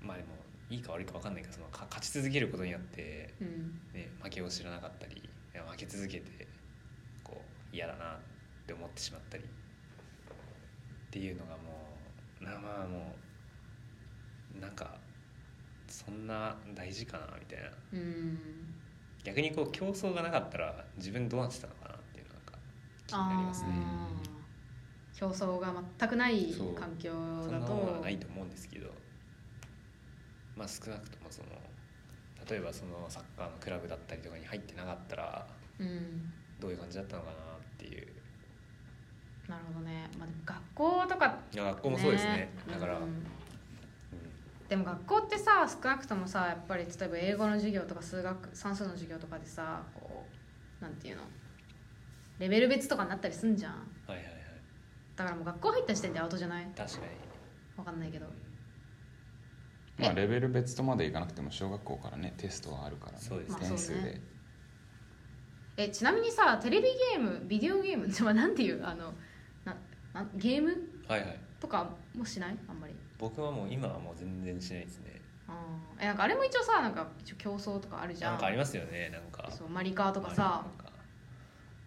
S4: まあでもいいか悪いか分かんないけどそのか勝ち続けることによって
S2: うん
S4: ね、負けを知らなかったりいや負け続けてこう嫌だなって思ってしまったりっていうのがもうなまあもうなんかそんな大事かなみたいな
S2: うん
S4: 逆にこう競争がなかったら自分どうなってたのかなっていうのがなんか気になりますね
S2: あー競争が全くない
S4: そう
S2: 環境
S4: そ
S2: だ
S4: んなも
S2: と
S4: のはないと思うんですけどまあ少なくともその例えばそのサッカーのクラブだったりとかに入ってなかったら
S2: うん
S4: どういう感じだったのかなっていう
S2: なるほどね、まあ、でも学校とか
S4: いや学校もそうですねだから、
S2: う
S4: うん
S2: んでも学校ってさ少なくともさやっぱり例えば英語の授業とか数学算数の授業とかでさこうなんていうのレベル別とかになったりすんじゃん
S4: はいはいはい
S2: だからもう学校入った時点でアウトじゃない
S4: 確かに
S2: わかんないけど
S5: まあレベル別とまでいかなくても小学校からねテストはあるから、ね、
S4: そうです
S2: ね
S5: 点数で、
S2: まあそうねえちなみにさテレビゲームビデオゲームまあなんていうあのななゲーム
S4: はいはい
S2: とかもしないあんまり
S4: 僕はもう今はもう全然しないですね
S2: あーえなんかあれも一応さなんか一応競争とかあるじゃん
S4: なんかありますよねなんか
S2: そうマリカーとか
S4: な
S2: さ
S4: んか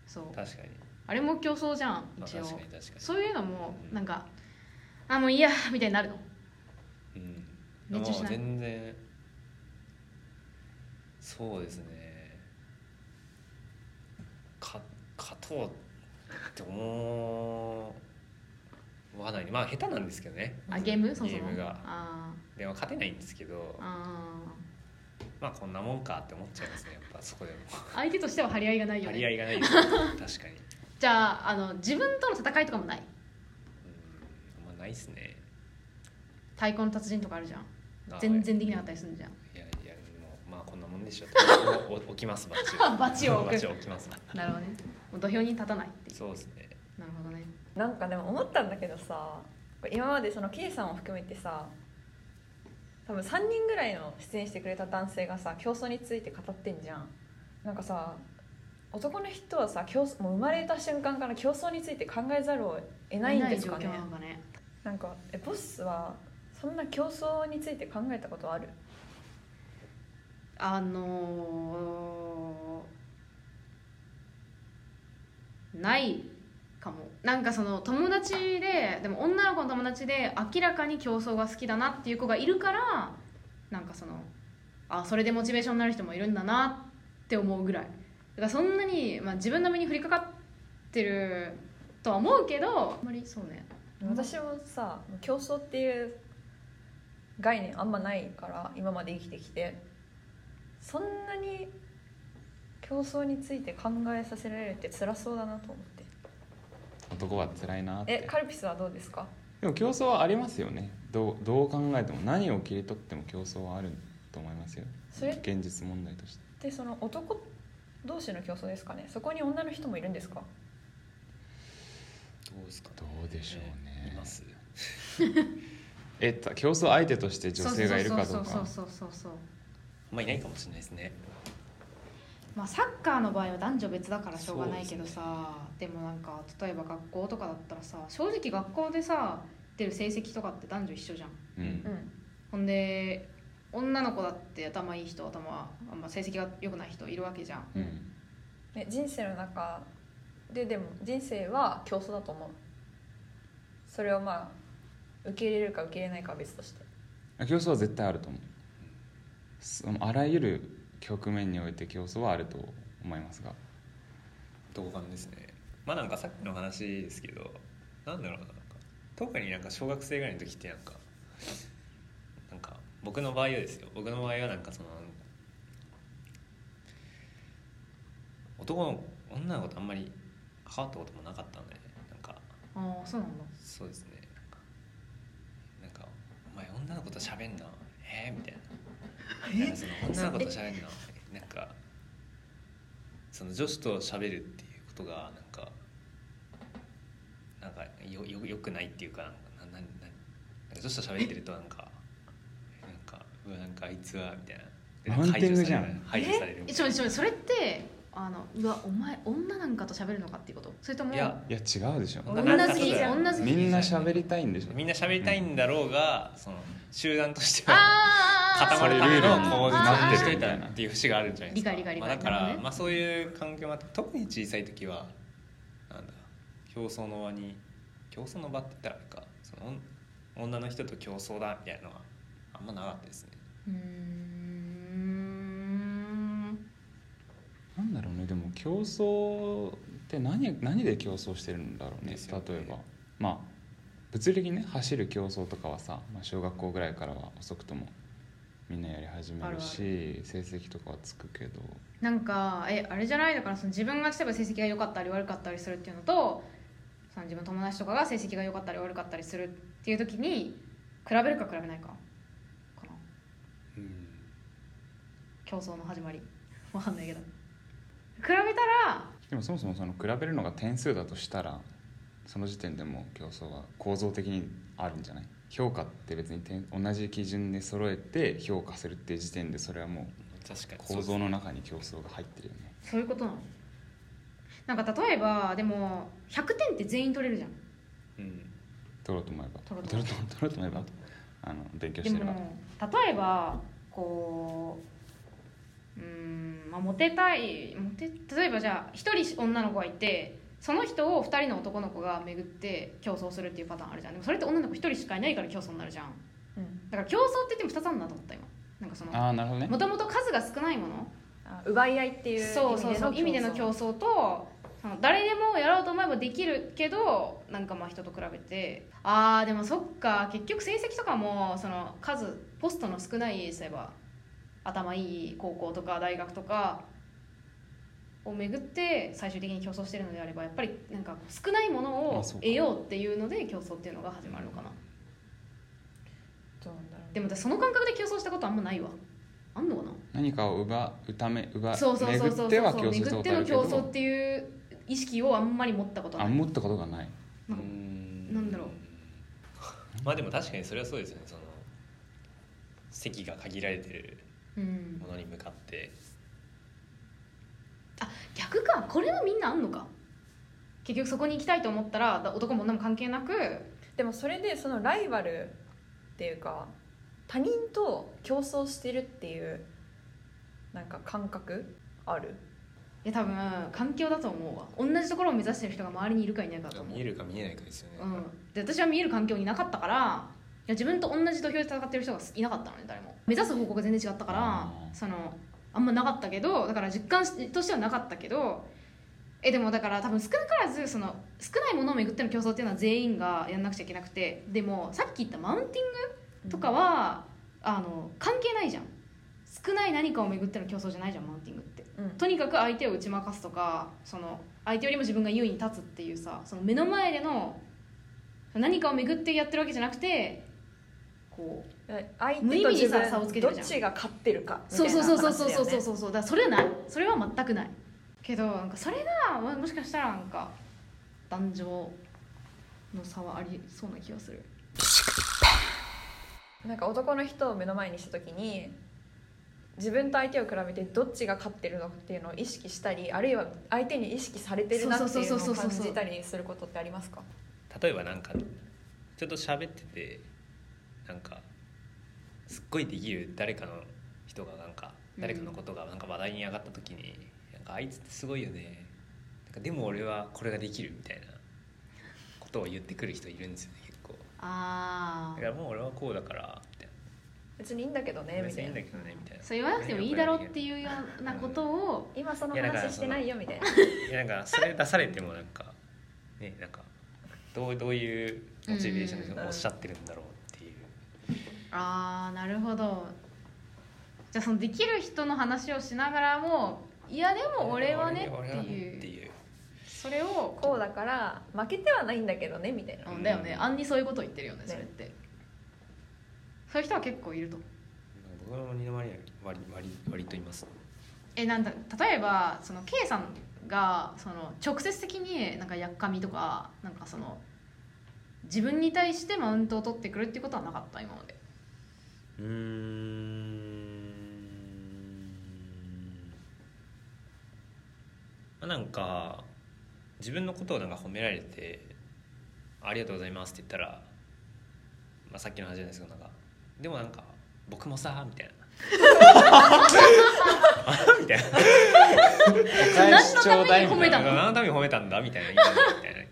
S2: そう
S4: 確かに、
S2: あれも競争じゃん
S4: まあ、
S2: 一応
S4: 確かに確か
S2: そういうのも
S4: うん
S2: なんかあもういいや みたいになるの
S4: にうん
S2: 熱中し
S4: もう
S2: ない
S4: 全然そうですねか勝とうって思わないまあ下手なんですけどね
S2: あゲームそもそも
S4: ゲームが
S2: あ
S4: でも勝てないんですけど
S2: ーあ
S4: まあこんなもんかって思っちゃいますねやっぱそこでも
S2: ー相手としては張り合いがないよ
S4: 張り合
S2: ね
S4: いが ないですね確かに
S2: じゃああの自分との戦いとかもない
S4: うんあんまないっすね
S2: 太鼓の達人とかあるじゃん
S4: あ
S2: 全然できなかったりするじゃん
S4: いやいやもうまあこんなもんでしょってお置きますバチ を
S2: バチを置く
S4: きます
S2: なるほどねもう土俵に立たないっていう
S4: そうですね
S2: なるほどね
S3: なんかでも思ったんだけどさ今までその K さんを含めてさ多分3人ぐらいの出演してくれた男性がさ競争について語ってんじゃんなんかさ男の人はさ競争もう生まれた瞬間から競争について考えざるを得ないんですかね
S2: ない状況なのかね
S3: なんかえボスはそんな競争について考えたことある
S2: あのーないかもなんかその友達ででも女の子の友達で明らかに競争が好きだなっていう子がいるからなんかそのあそれでモチベーションになる人もいるんだなって思うぐらいだからそんなに、まあ、自分の身に降りかかってるとは思うけどあんまりそうねうん
S3: 私もさ競争っていう概念あんまないから今まで生きてきてそんなに競争について考えさせられるって辛そうだなと思って
S5: 男は辛いなっ
S3: え
S5: て
S3: カルピスはどうですか
S5: でも競争はありますよねどうどう考えても何を切り取っても競争はあると思いますよ
S3: それっ
S5: 現実問題として
S3: てその男同士の競争ですかねそこに女の人もいるんですか
S6: どうですか
S5: どうでしょうね
S6: います
S5: えっと競争相手として女性がいるかどう
S2: そう
S5: か
S2: そうそうそうそうそう
S4: あんまいないかもしれないですね
S2: まあサッカーの場合は男女別だからしょうがないけどさで,、もなんか例えば学校とかだったらさ正直学校でさ出る成績とかって男女一緒じゃん
S5: うん
S3: うん
S2: ほんで女の子だって頭いい人頭あんま成績が良くない人いるわけじゃん
S5: うん
S3: ね人生の中ででも人生は競争だと思うそれをまあ受け入れるか受け入れないかは別として
S5: 競争は絶対あると思うそのあらゆる局面において競争はあると思いますが
S6: 同感ですね
S4: まあなんかさっきの話ですけどなんだろうななんか特になんか小学生ぐらいの時ってなんかなんか僕の場合はですよ僕の場合はなんかその男の女の子とあんまり関わったこともなかったのでなんか
S2: ああそうなんだ
S4: そうですねなんか「お前女の子と喋んなえーみたいななんかその女の子と喋るのなんかその女子と喋るっていうことがなんかなんかよよよくないっていうかなんかななななんか女子と喋ってるとなんかなんかうわなんかあいつはみたいなでなんか
S5: マウンティングじゃん
S4: 排除される
S2: え
S4: 排
S2: ちょ
S4: 除される
S2: ちょそれってあのうわお前女なんかと喋るのかっていうことそれとも
S4: いや
S5: いや違うでしょ
S2: 女
S4: なん
S2: 好
S4: か
S2: き女好き
S5: みんな喋りたいんでしょ
S4: みんな喋りたいんだろうがその集団としては
S2: あーあーあー
S4: 固まるための構図
S2: あーあー
S4: にしといたっていう節があるんじゃないですか
S2: 理解理解理解
S4: まあ、だから
S2: な、るほどね
S4: まあ、そういう環境もあって特に小さい時はなんだ競争の場に競争の場って言ったらあれかその女の人と競争だみたいなのはあんまなかったですね
S2: うーん
S5: なんだろうねでも競争って何何で競争してるんだろうね
S4: ですよね
S5: 例えばまあ物理的にね走る競争とかはさ、まあ、小学校ぐらいからは遅くともみんなやり始めるし成績とかはつくけど
S2: なんかえあれじゃないだからその自分が例えば成績が良かったり悪かったりするっていうのとその自分の友達とかが成績が良かったり悪かったりするっていう時に比べるか比べないかかな競争の始まりわかんないけど比べたら
S5: でもそもそもその比べるのが点数だとしたらその時点でもう競争は構造的にあるんじゃない評価って別に点同じ基準で揃えて評価するっていう時点でそれはもう
S4: 確かに
S5: 構造の中に競争が入ってるよね
S2: そういうことなのなんか例えばでも100点って全員取れるじゃん
S4: うん
S5: 取ろうと思えば
S2: 取ろうと
S5: 取
S2: 思
S5: ろうと取ろうと思えばあの勉強
S2: で
S5: して
S2: も
S5: れば
S2: 例えばこううーんまあモテたいモテ例えばじゃあ1人女の子がいてその人を2人の男の子が巡って競争するっていうパターンあるじゃんでもそれって女の子1人しかいないから競争になるじゃん
S3: うん
S2: だから競争って言っても2つあるんだと思った今なんかその
S5: ああなるほどね
S2: もともと数が少ないもの
S3: あ奪い合いっていう
S2: そうそうそう意味での競
S3: 争
S2: 争とその誰でもやろうと思えばできるけどなんかまあ人と比べてああでもそっか結局成績とかもその数ポストの少ないそういえば頭いい高校とか大学とかを巡って最終的に競争してるのであればやっぱりなんか少ないもの
S5: ま
S2: を
S5: あそうか
S2: 得ようっていうので競争っていうのが始まるのかな
S3: どうなんだろう
S2: でも私その感覚で競争したことあんまないわあんのかな
S5: 何かを奪うため奪
S2: そうそうそうそ
S5: 巡
S2: う
S5: っては
S2: そう
S5: 競争した
S2: 巡っ
S5: こと
S2: て
S5: あ
S2: の
S5: るけ
S2: 競争っ
S5: ど
S2: ていう意識をあんまり持ったことは
S5: あ
S2: ない
S5: 持ったことがない
S2: なんかなんだろう
S4: まあでも確かにそれはそうですよねその席が限られてる
S2: うん
S4: ものに向かって
S2: 逆かこれはみんなあんのか結局そこに行きたいと思ったらだ男も女も関係なく
S3: でもそれでそのライバルっていうか他人と競争してるっていうなんか感覚ある
S2: いや多分環境だと思うわ同じところを目指してる人が周りにいるかいないかだと思う
S4: 見えるか見えないかですよね、
S2: うん、で私は見える環境にいなかったからいや自分と同じ土俵で戦ってる人がいなかったのね誰も目指す方向が全然違ったから
S5: あー
S2: そのあんまなかったけどだから実感しとしてはなかったけどえでもだから多分少なからずその少ないものをめぐっての競争っていうのは全員がやんなくちゃいけなくてでもさっき言ったマウンティングとかは、あの関係ないじゃん少ない何かをめぐっての競争じゃないじゃんマウンティングって。
S3: うん
S2: とにかく相手を打ち負かすとかその相手よりも自分が優位に立つっていうさその目の前での何かを巡ってやってるわけじゃなくてこう
S3: 相
S2: 無
S3: 手
S2: 意
S3: と
S2: 味に
S3: 自
S2: さ差をつけ
S3: 分
S2: て
S3: ど
S2: る
S3: っ
S2: じゃん
S3: ちが勝ってるかみた
S2: そう
S3: い
S2: そ
S3: な
S2: うそう
S3: 話
S2: そうそうそうそうそうそう
S3: だよね
S2: だからそれはないそれは全くないけどなんかそれがまあもしかしたらなんか男女の差はありそうな気がする
S3: なんか男の人を目の前にした時に自分と相手を比べてどっちが勝ってるのかっていうのを意識したりあるいは相手に意識されてるなっていうのを
S2: そうそうそうそう
S3: 感
S2: そう
S3: じたりすることってありますか
S4: 例えばなんかちょっと喋っててなんかすっごいできる誰かの人がなんか
S2: うん
S4: 誰かのことがなんか話題に上がった時に「なんかあいつってすごいよね」なんか「でも俺はこれができる」みたいなことを言ってくる人いるんですよね結構
S2: あ
S4: だか
S2: あ
S4: らもう俺はこうだからみたい
S3: 別にいいんだけどね
S4: な
S3: み
S4: 別
S3: た
S4: にいい
S3: い
S4: ん
S3: な
S4: だけどねみたいな
S2: そう言わなくてもいいだろうっていうようなことを
S3: 今その
S4: いやだから
S3: 話してないよみたいない
S4: やなんかそれ出されてもなんかねなんかどうどういうモチベーションでおっしゃってるんだろうっていう
S2: あーなるほどじゃあそのできる人の話をしながらもいやでも俺はね
S4: 俺
S2: って
S4: ねって
S2: いう
S4: いう
S2: それを
S3: こうだから負けてはないんだけどねみたいな
S2: うんだよね
S4: うん
S2: あんにそういうこと言ってるよね
S3: ね
S2: それってそういう人は結構いると
S4: 僕の身の回りには割割割といます
S2: えなんだ例えばその K さんがその直接的になんかやっかみとかなんかその自分に対してマウントを取ってくるっていうことはなかった今まで
S4: うーんまあなんか自分のことをなんか褒められて「ありがとうございます」って言ったら、まあ、さっきの話じゃないですけどなんかでもなんか「僕もさ」みたいな 「あみたいな
S5: お返しちょうだい
S2: 何のために褒
S5: み
S2: め
S5: たい
S2: たの
S5: な
S4: 「何のために褒めたんだ?」みたいな「いいなみたい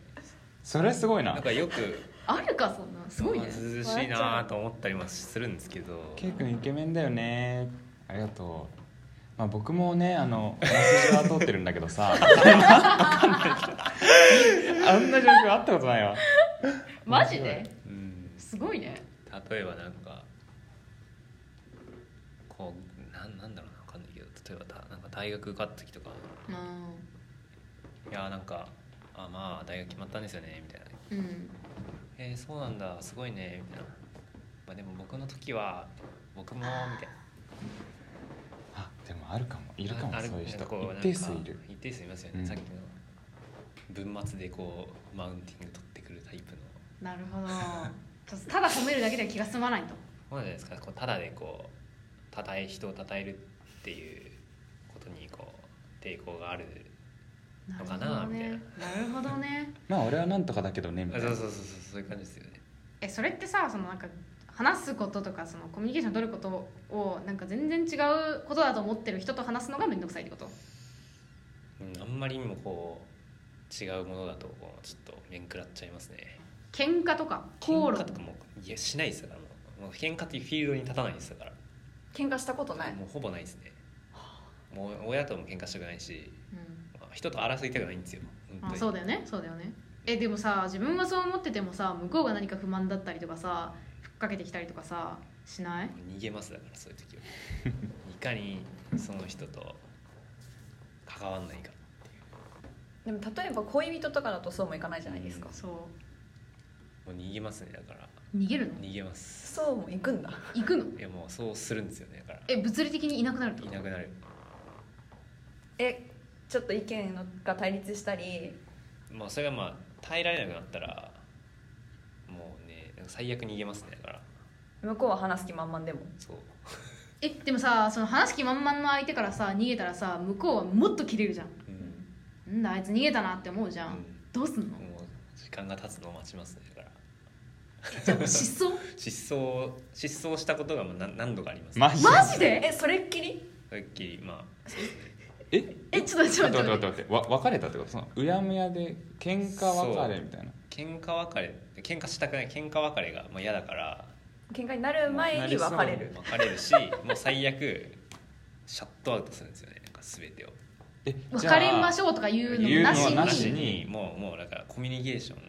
S5: それすごい
S4: な
S5: な
S4: なんかよく
S2: あるかそんなすごいね
S4: まあずうずうしいなと思ったりもするんですけど
S5: ケイ君イケメンだよねありがとうまあ僕もねあのお筋は通ってるんだけ どさ みたいなわかんないけどあんな状況あったことないわ
S2: マジで
S4: うん
S2: すごいね
S4: 例えばなんかこうなんなんだろうな分かんないけど例えばだなんか大学受かった時とか
S2: う
S4: 「いやーなんかあまあ大学決まったんですよね」みたいな「
S2: んうん
S4: えー、そうなんだすごいね」みたいな「まあ、でも僕の時は僕も」みたいな
S5: あでもあるかもいるかも
S4: あ
S5: そういう
S4: な
S5: 人
S4: んかこう
S5: 一定数いる
S4: なんか一定数いますよね、
S5: うん
S4: さっきの文末でこうマウンティング取ってくるタイプの
S2: なるほどちょっとただ褒めるだけでは気が済まないと
S4: そうなんじゃないですかこうただでこうたたえ人をたたえるっていうことにこう抵抗がある
S2: な
S4: のかなみたいな
S2: るほどねなるほどね
S5: まあ俺はなんとかだけどねみた
S4: あ
S5: い
S4: そ
S5: な
S4: うそうそうそうそういう感じですよね
S2: えそれってさそのなんか話すこととかそのコミュニケーション取ることをなんか全然違うことだと思ってる人と話すのが面倒くさいってこと
S4: うんあんまりにもこう違うものだとこうちょっと面食らっちゃいますね
S2: 喧嘩とか口
S4: 喧
S2: 論
S4: 嘩とかもういやしないですだからもうもう喧嘩っていうフィールドに立たないですだから
S3: 喧嘩したことない
S4: もうほぼないですねもう親とも喧嘩したくないし、
S2: うん
S4: まあ人と争いたくないんですよ本当に
S2: あそうだよねそうだよねえでもさ自分はそう思っててもさ向こうが何か不満だったりとかさふっかけてきたりとかさしない
S4: 逃げますだからそういう時はいかにその人と関わんないか
S3: でも例えば恋人とかだとそうもいかないじゃないですか、
S2: そ
S4: もう逃げますねだから
S2: う逃げるの
S4: 逃げます
S3: そうもいくんだ
S2: 行くの
S4: いやもうそうするんですよねだから
S2: え物理的にいなくなるって
S4: い
S2: こと
S4: なくなる
S3: えちょっと意見が対立したり
S4: まあそれがまあ耐えられなくなったらもうねなんか最悪逃げますねだから
S3: 向こうは話す気満々でも
S4: そう
S2: えでもさその話す気満々の相手からさ逃げたらさ向こうはもっと切れるじゃん
S4: うん、
S2: なんだあいつ逃げたなって思うじゃん、
S4: うん
S2: どうすんの
S4: もう時間が経つのを待ちますねだから
S2: じゃあ失踪
S4: 失踪失踪したことがもう何何度かあります、
S5: マジ
S2: マジで
S3: えそれっきり
S4: さっきまあ
S5: え
S2: えちょっと待
S5: ち
S2: っ
S5: ょ
S2: て待っ
S5: っと
S2: て
S5: 待
S2: 待って
S5: って待ってわ別れたってことそのうやむやで喧嘩別れみたいな
S4: 喧嘩別れ喧嘩したくない喧嘩別れがまあ嫌だから
S3: 喧嘩になる前に別れる
S4: 別れるしもう最悪シャットアウトするんですよねなんか全てを
S5: え
S2: 別れま
S5: ょ
S2: しょうとか言うの
S5: 言う
S2: もな
S5: のは
S2: しに
S5: なしに
S4: もうもうだからコミュニケーションを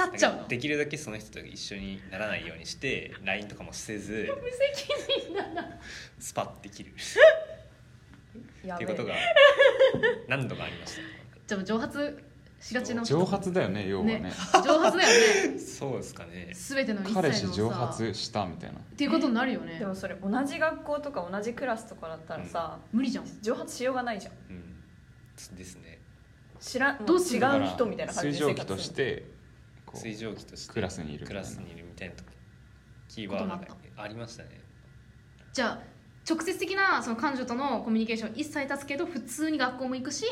S2: 立っちゃうの
S4: できるだけその人と一緒にならないようにして LINE とかもせず
S2: 無責任だな
S4: スパッて 切る
S3: や
S4: って
S3: べ
S4: いう
S3: え
S4: ことが何度かありました
S2: じゃあもう蒸発しがちの人
S5: 蒸発だよね要はね
S2: ね蒸発だよね
S4: そうですかね
S2: 全ての一切のさ
S5: 彼氏蒸発したみたいな
S2: っていうことになるよね
S3: でもそれ同じ学校とか同じクラスとかだったらさ、
S2: 無理じゃん
S3: 蒸発しようがないじゃん
S4: うんですね
S3: 知らん
S2: ど
S3: ど
S2: う
S3: う
S2: する
S3: 違う
S5: だから
S3: 人みたいな感
S5: 水
S3: じで生
S5: 蒸気
S3: 活
S5: と
S3: す
S5: し
S3: る
S5: てこう
S4: 水蒸気として
S5: クラスにいる
S4: ク
S5: みたいな
S4: ラスにいるみたいな時はなんかありましたね
S2: じゃあ直接的なその彼女とのコミュニケーション一切立つけど普通に学校も行くし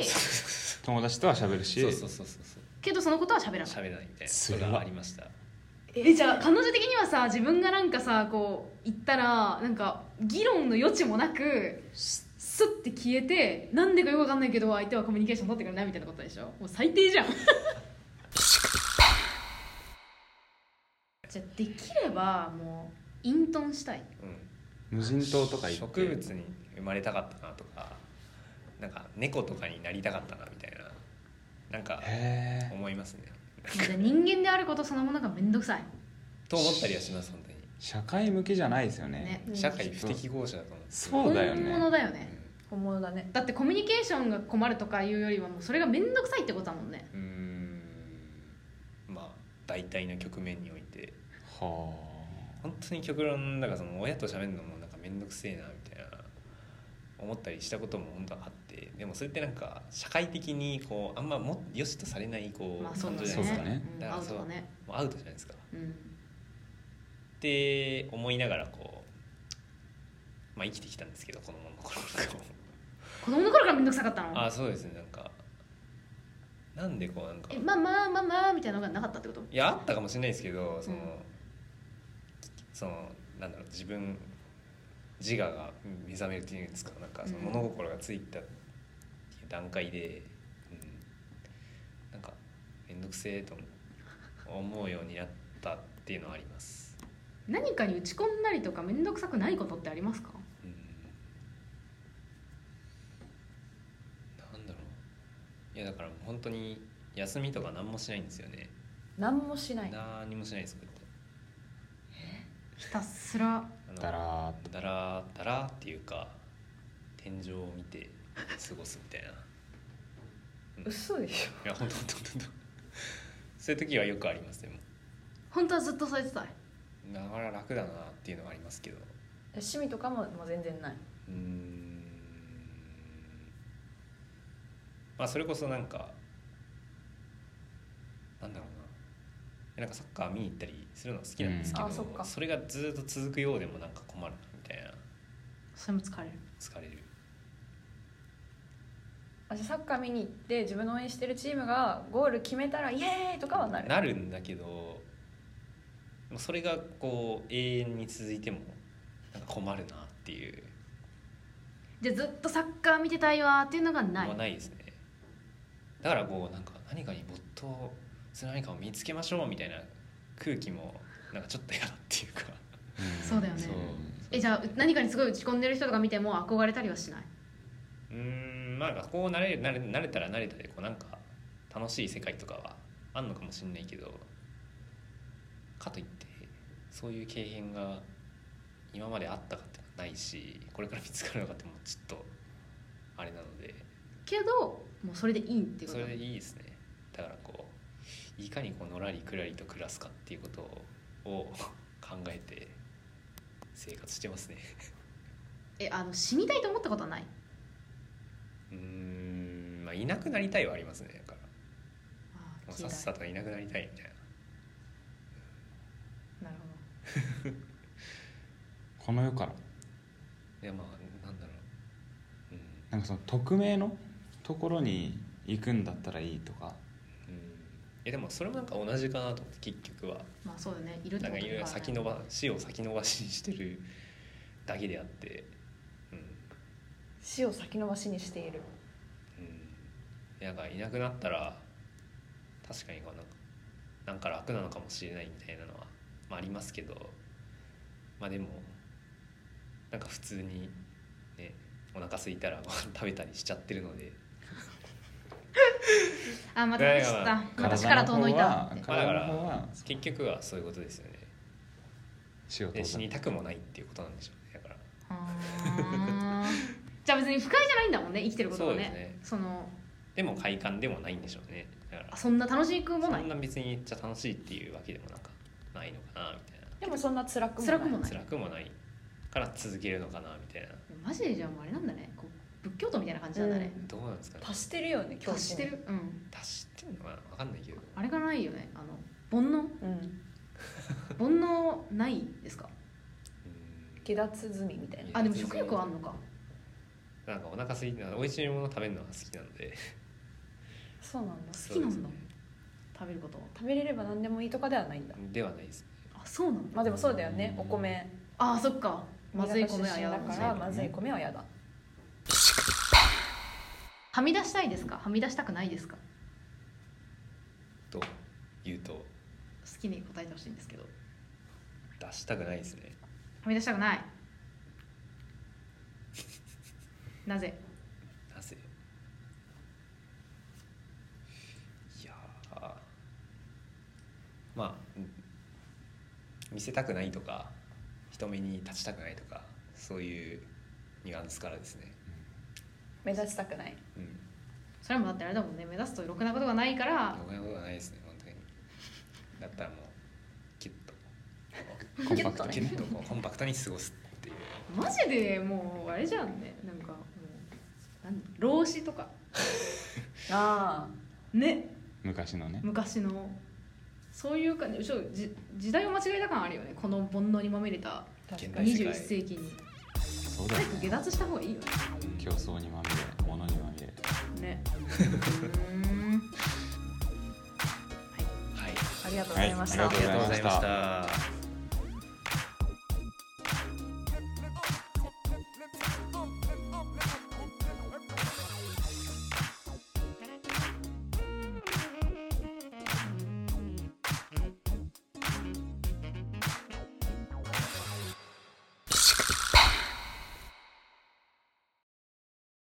S5: 友達とは喋るし
S4: そうそうそうそうそう
S2: けどそのことは喋らない
S4: 喋らないみたいなことがありました
S2: えじゃあ彼女的にはさ自分がなんかさこう言ったらなんか議論の余地もなくススッて消えてなんでかよくわかんないけど相手はコミュニケーション取ってくれないみたいなことでしょもう最低 じゃんじゃあできればもう隠遁したい
S4: うん
S5: 無人島とか行って
S4: 植物に生まれたかったなとかなんか猫とかになりたかったなみたいななんか
S5: へえ
S4: 思いますね
S2: じゃあ人間であることそのものが面倒くさい
S4: と思ったりはします本当に
S5: 社会向きじゃないですよね
S2: ね
S3: うん
S4: 社会不適合者だと思う
S5: そうだよね
S2: 本物だよね
S3: 本物だね
S2: だってコミュニケーションが困るとかいうよりはもうそれが面倒くさいってことだもんね
S4: うんうんまあ大体の局面において
S5: は
S4: 本当に極論だからその親と喋るのもなんか面倒くせえなみたいな思ったりしたことも本当はあってでもそれってなんか社会的にこうあんまも良しとされないこう
S2: まあそうだ
S4: 感情
S2: ね
S4: じ
S2: うん
S4: ゃないですか、だ
S5: そうだね
S4: か
S2: ア
S4: ら
S2: ウ
S4: そ
S2: ト
S4: う
S2: だね
S4: もうアウトじゃないですか
S2: うん
S4: って思いながらこう、まあ、生きてきたんですけど子供の頃とかも
S2: 子供の頃から面倒くさかったの
S4: あそうですねなんかなんでこうなんか
S2: えまあまあまあまあみたいなのがなかったってこと
S4: いやあったかもしれないですけどその、
S2: うん
S4: そのなんだろう自分自我が目覚めるっていうんですかなんかその
S2: うん
S4: 物心がついたっていう段階で、うん、なんか面倒くせえと思うようになったっていうのはあります。
S2: 何かに打ち込んだりとか面倒くさくないことってありますか
S4: うんなんだろういやだからもう本当に休みとか何もしないんですよね。
S3: 何もしない
S4: 何もしないですこうやって
S2: ひたすら
S4: あ
S5: あ
S4: の
S5: だらーっと
S4: だらだらっていうか天井を見て過ごすみたいなうんい
S3: 嘘でしょ
S4: や本当本当本当そういう時はよくありますでも
S2: 本当はずっとそうやってたい
S4: ながら楽だなっていうのはありますけど
S3: 趣味とかももう全然ないう
S4: ーんまあそれこそなんかなんだろうなえなんかサッカー見に行ったりするのは好きなんですけど、
S3: うんあそっか
S4: それがずっと続くようでもなんか困るなみたいな
S2: それも疲れる
S4: 疲れる
S3: あじゃあサッカー見に行って自分の応援してるチームがゴール決めたらイエーイとかはなる
S4: なるんだけどでもそれがこう永遠に続いてもなんか困るなっていう
S2: じゃあずっとサッカー見てたいわーっていうのが
S4: の
S2: ない
S4: はないですねだからこうなんか何かに没頭する何かを見つけましょうみたいな空気もなんかちょっと嫌だっていうか
S2: そうだよね
S4: そう
S2: えじゃあ何かにすごい打ち込んでる人とか見ても憧れたりはしないう
S4: ーんまあなんかこう慣れ慣れ慣れたら慣れたでこうなんか楽しい世界とかはあんのかもしれないけどかといってそういう経験が今まであったかってないしこれから見つかるのかってもうちょっとあれなので
S2: けどもうそれでいいっていうこ
S4: そ
S2: と
S4: れでいいですねだからこういかにこうのらりくらりと暮らすかっていうことを 考えて生活してますね
S2: えあの死にたいと思ったことはないう
S4: ーんまあいなくなりたいはありますねだから
S2: あー聞い
S4: もうさったさといなくなりたいみたいな。
S3: なるほど
S5: この世から
S4: いやまあなんだろう
S5: なんかその匿名のところに行くんだったらいいとか
S4: うん、うん、えでもそれもなんか同じかなと思って結局は
S2: まあそうだねいるって
S4: なん
S2: こ
S4: か
S2: と
S4: いろいろ先延ば死を先延ばしにしてるだけであってうん、
S3: 死を先延ばしにしている
S4: うん、なんかいなくなったら確かにこうなんかなんか楽なのかもしれないみたいなのは、まあ、ありますけどまあでもなんか普通にねお腹空いたらご飯食べたりしちゃってるので。
S2: あまた話し
S4: だから
S2: たまた力遠のいたって
S4: まあだから
S5: 体の方は
S4: 結局はそういうことですよね
S5: 仕事
S4: で
S5: だ
S4: 死にたくもないっていうことなんでしょうねだから
S2: はーじゃあ別に不快じゃないんだもんね生きてることはね
S4: そうですね
S2: その
S4: でも快感でもないんでしょうねだだから
S2: あそんな楽しくも
S4: そ
S2: ない
S4: んな別にめっちゃ楽しいっていうわけでもなんかないのかなみたいな
S3: でもそんな辛くもない
S2: 辛くもない
S4: 辛くもないから続けるのかなみたいな
S2: マジでじゃあもうあれなんだねこう仏教徒みたいな感じなんだね、
S4: どうなんですかね
S3: 足してるよね教
S2: 達
S3: 師
S2: してる、うん、
S4: 足してんのかな分かんないけど
S2: あれがないよねあの煩悩
S3: う
S2: 煩
S3: ん
S2: 悩ないですか
S4: うん
S3: 下脱済みみたいな
S2: あでも食欲はあんのか
S4: なんかお腹空いて美味しいもの食べるのが好きなんで
S3: そうなんだ
S2: 好きなんだ
S4: そうですね
S2: 食べること
S3: 食べれれば何でもいいとかではないんだ
S4: ではないです
S2: あそうなんだ
S3: まあでもそうだよねお米
S2: あそっかまずい米はや
S3: 新
S2: だ
S3: 潟出身だからまずい米はやだ
S2: はみ出したいですかはみ出したくないですか
S4: と言うと
S2: 好きに答えてほしいんですけどは
S4: 出したくないですね
S2: み出したくないなぜ
S4: なぜいやーまあうん見せたくないとか人目に立ちたくないとかそういうニュアンスからですね、
S3: 目立ちたくない
S4: うん、
S2: それもだってあれだもんね目指すとろくなことがないから
S4: 余計なことはないですね本当にだったらもうキュッ と
S5: コンパクト
S4: キ
S5: に
S4: ュ
S5: ね
S4: ッとこうコンパクトに過ごすっていう
S2: マジでもうあれじゃんねなんかもうなん老子とか
S3: あ
S2: ね
S5: 昔のね
S2: 昔のそういう感じちょじ時代を間違えた感あるよねこの煩悩にまみれた
S3: あ確
S4: 現
S3: か
S4: 代
S3: に
S2: 21世紀に
S5: そうだ
S2: 早
S5: よ
S2: く下脱した方がいいよ
S5: 競争にまみれ物にまみれ
S2: ねねうーん
S4: はい
S3: ありがとうございまし
S5: は
S3: た
S5: い
S4: ありがとうございました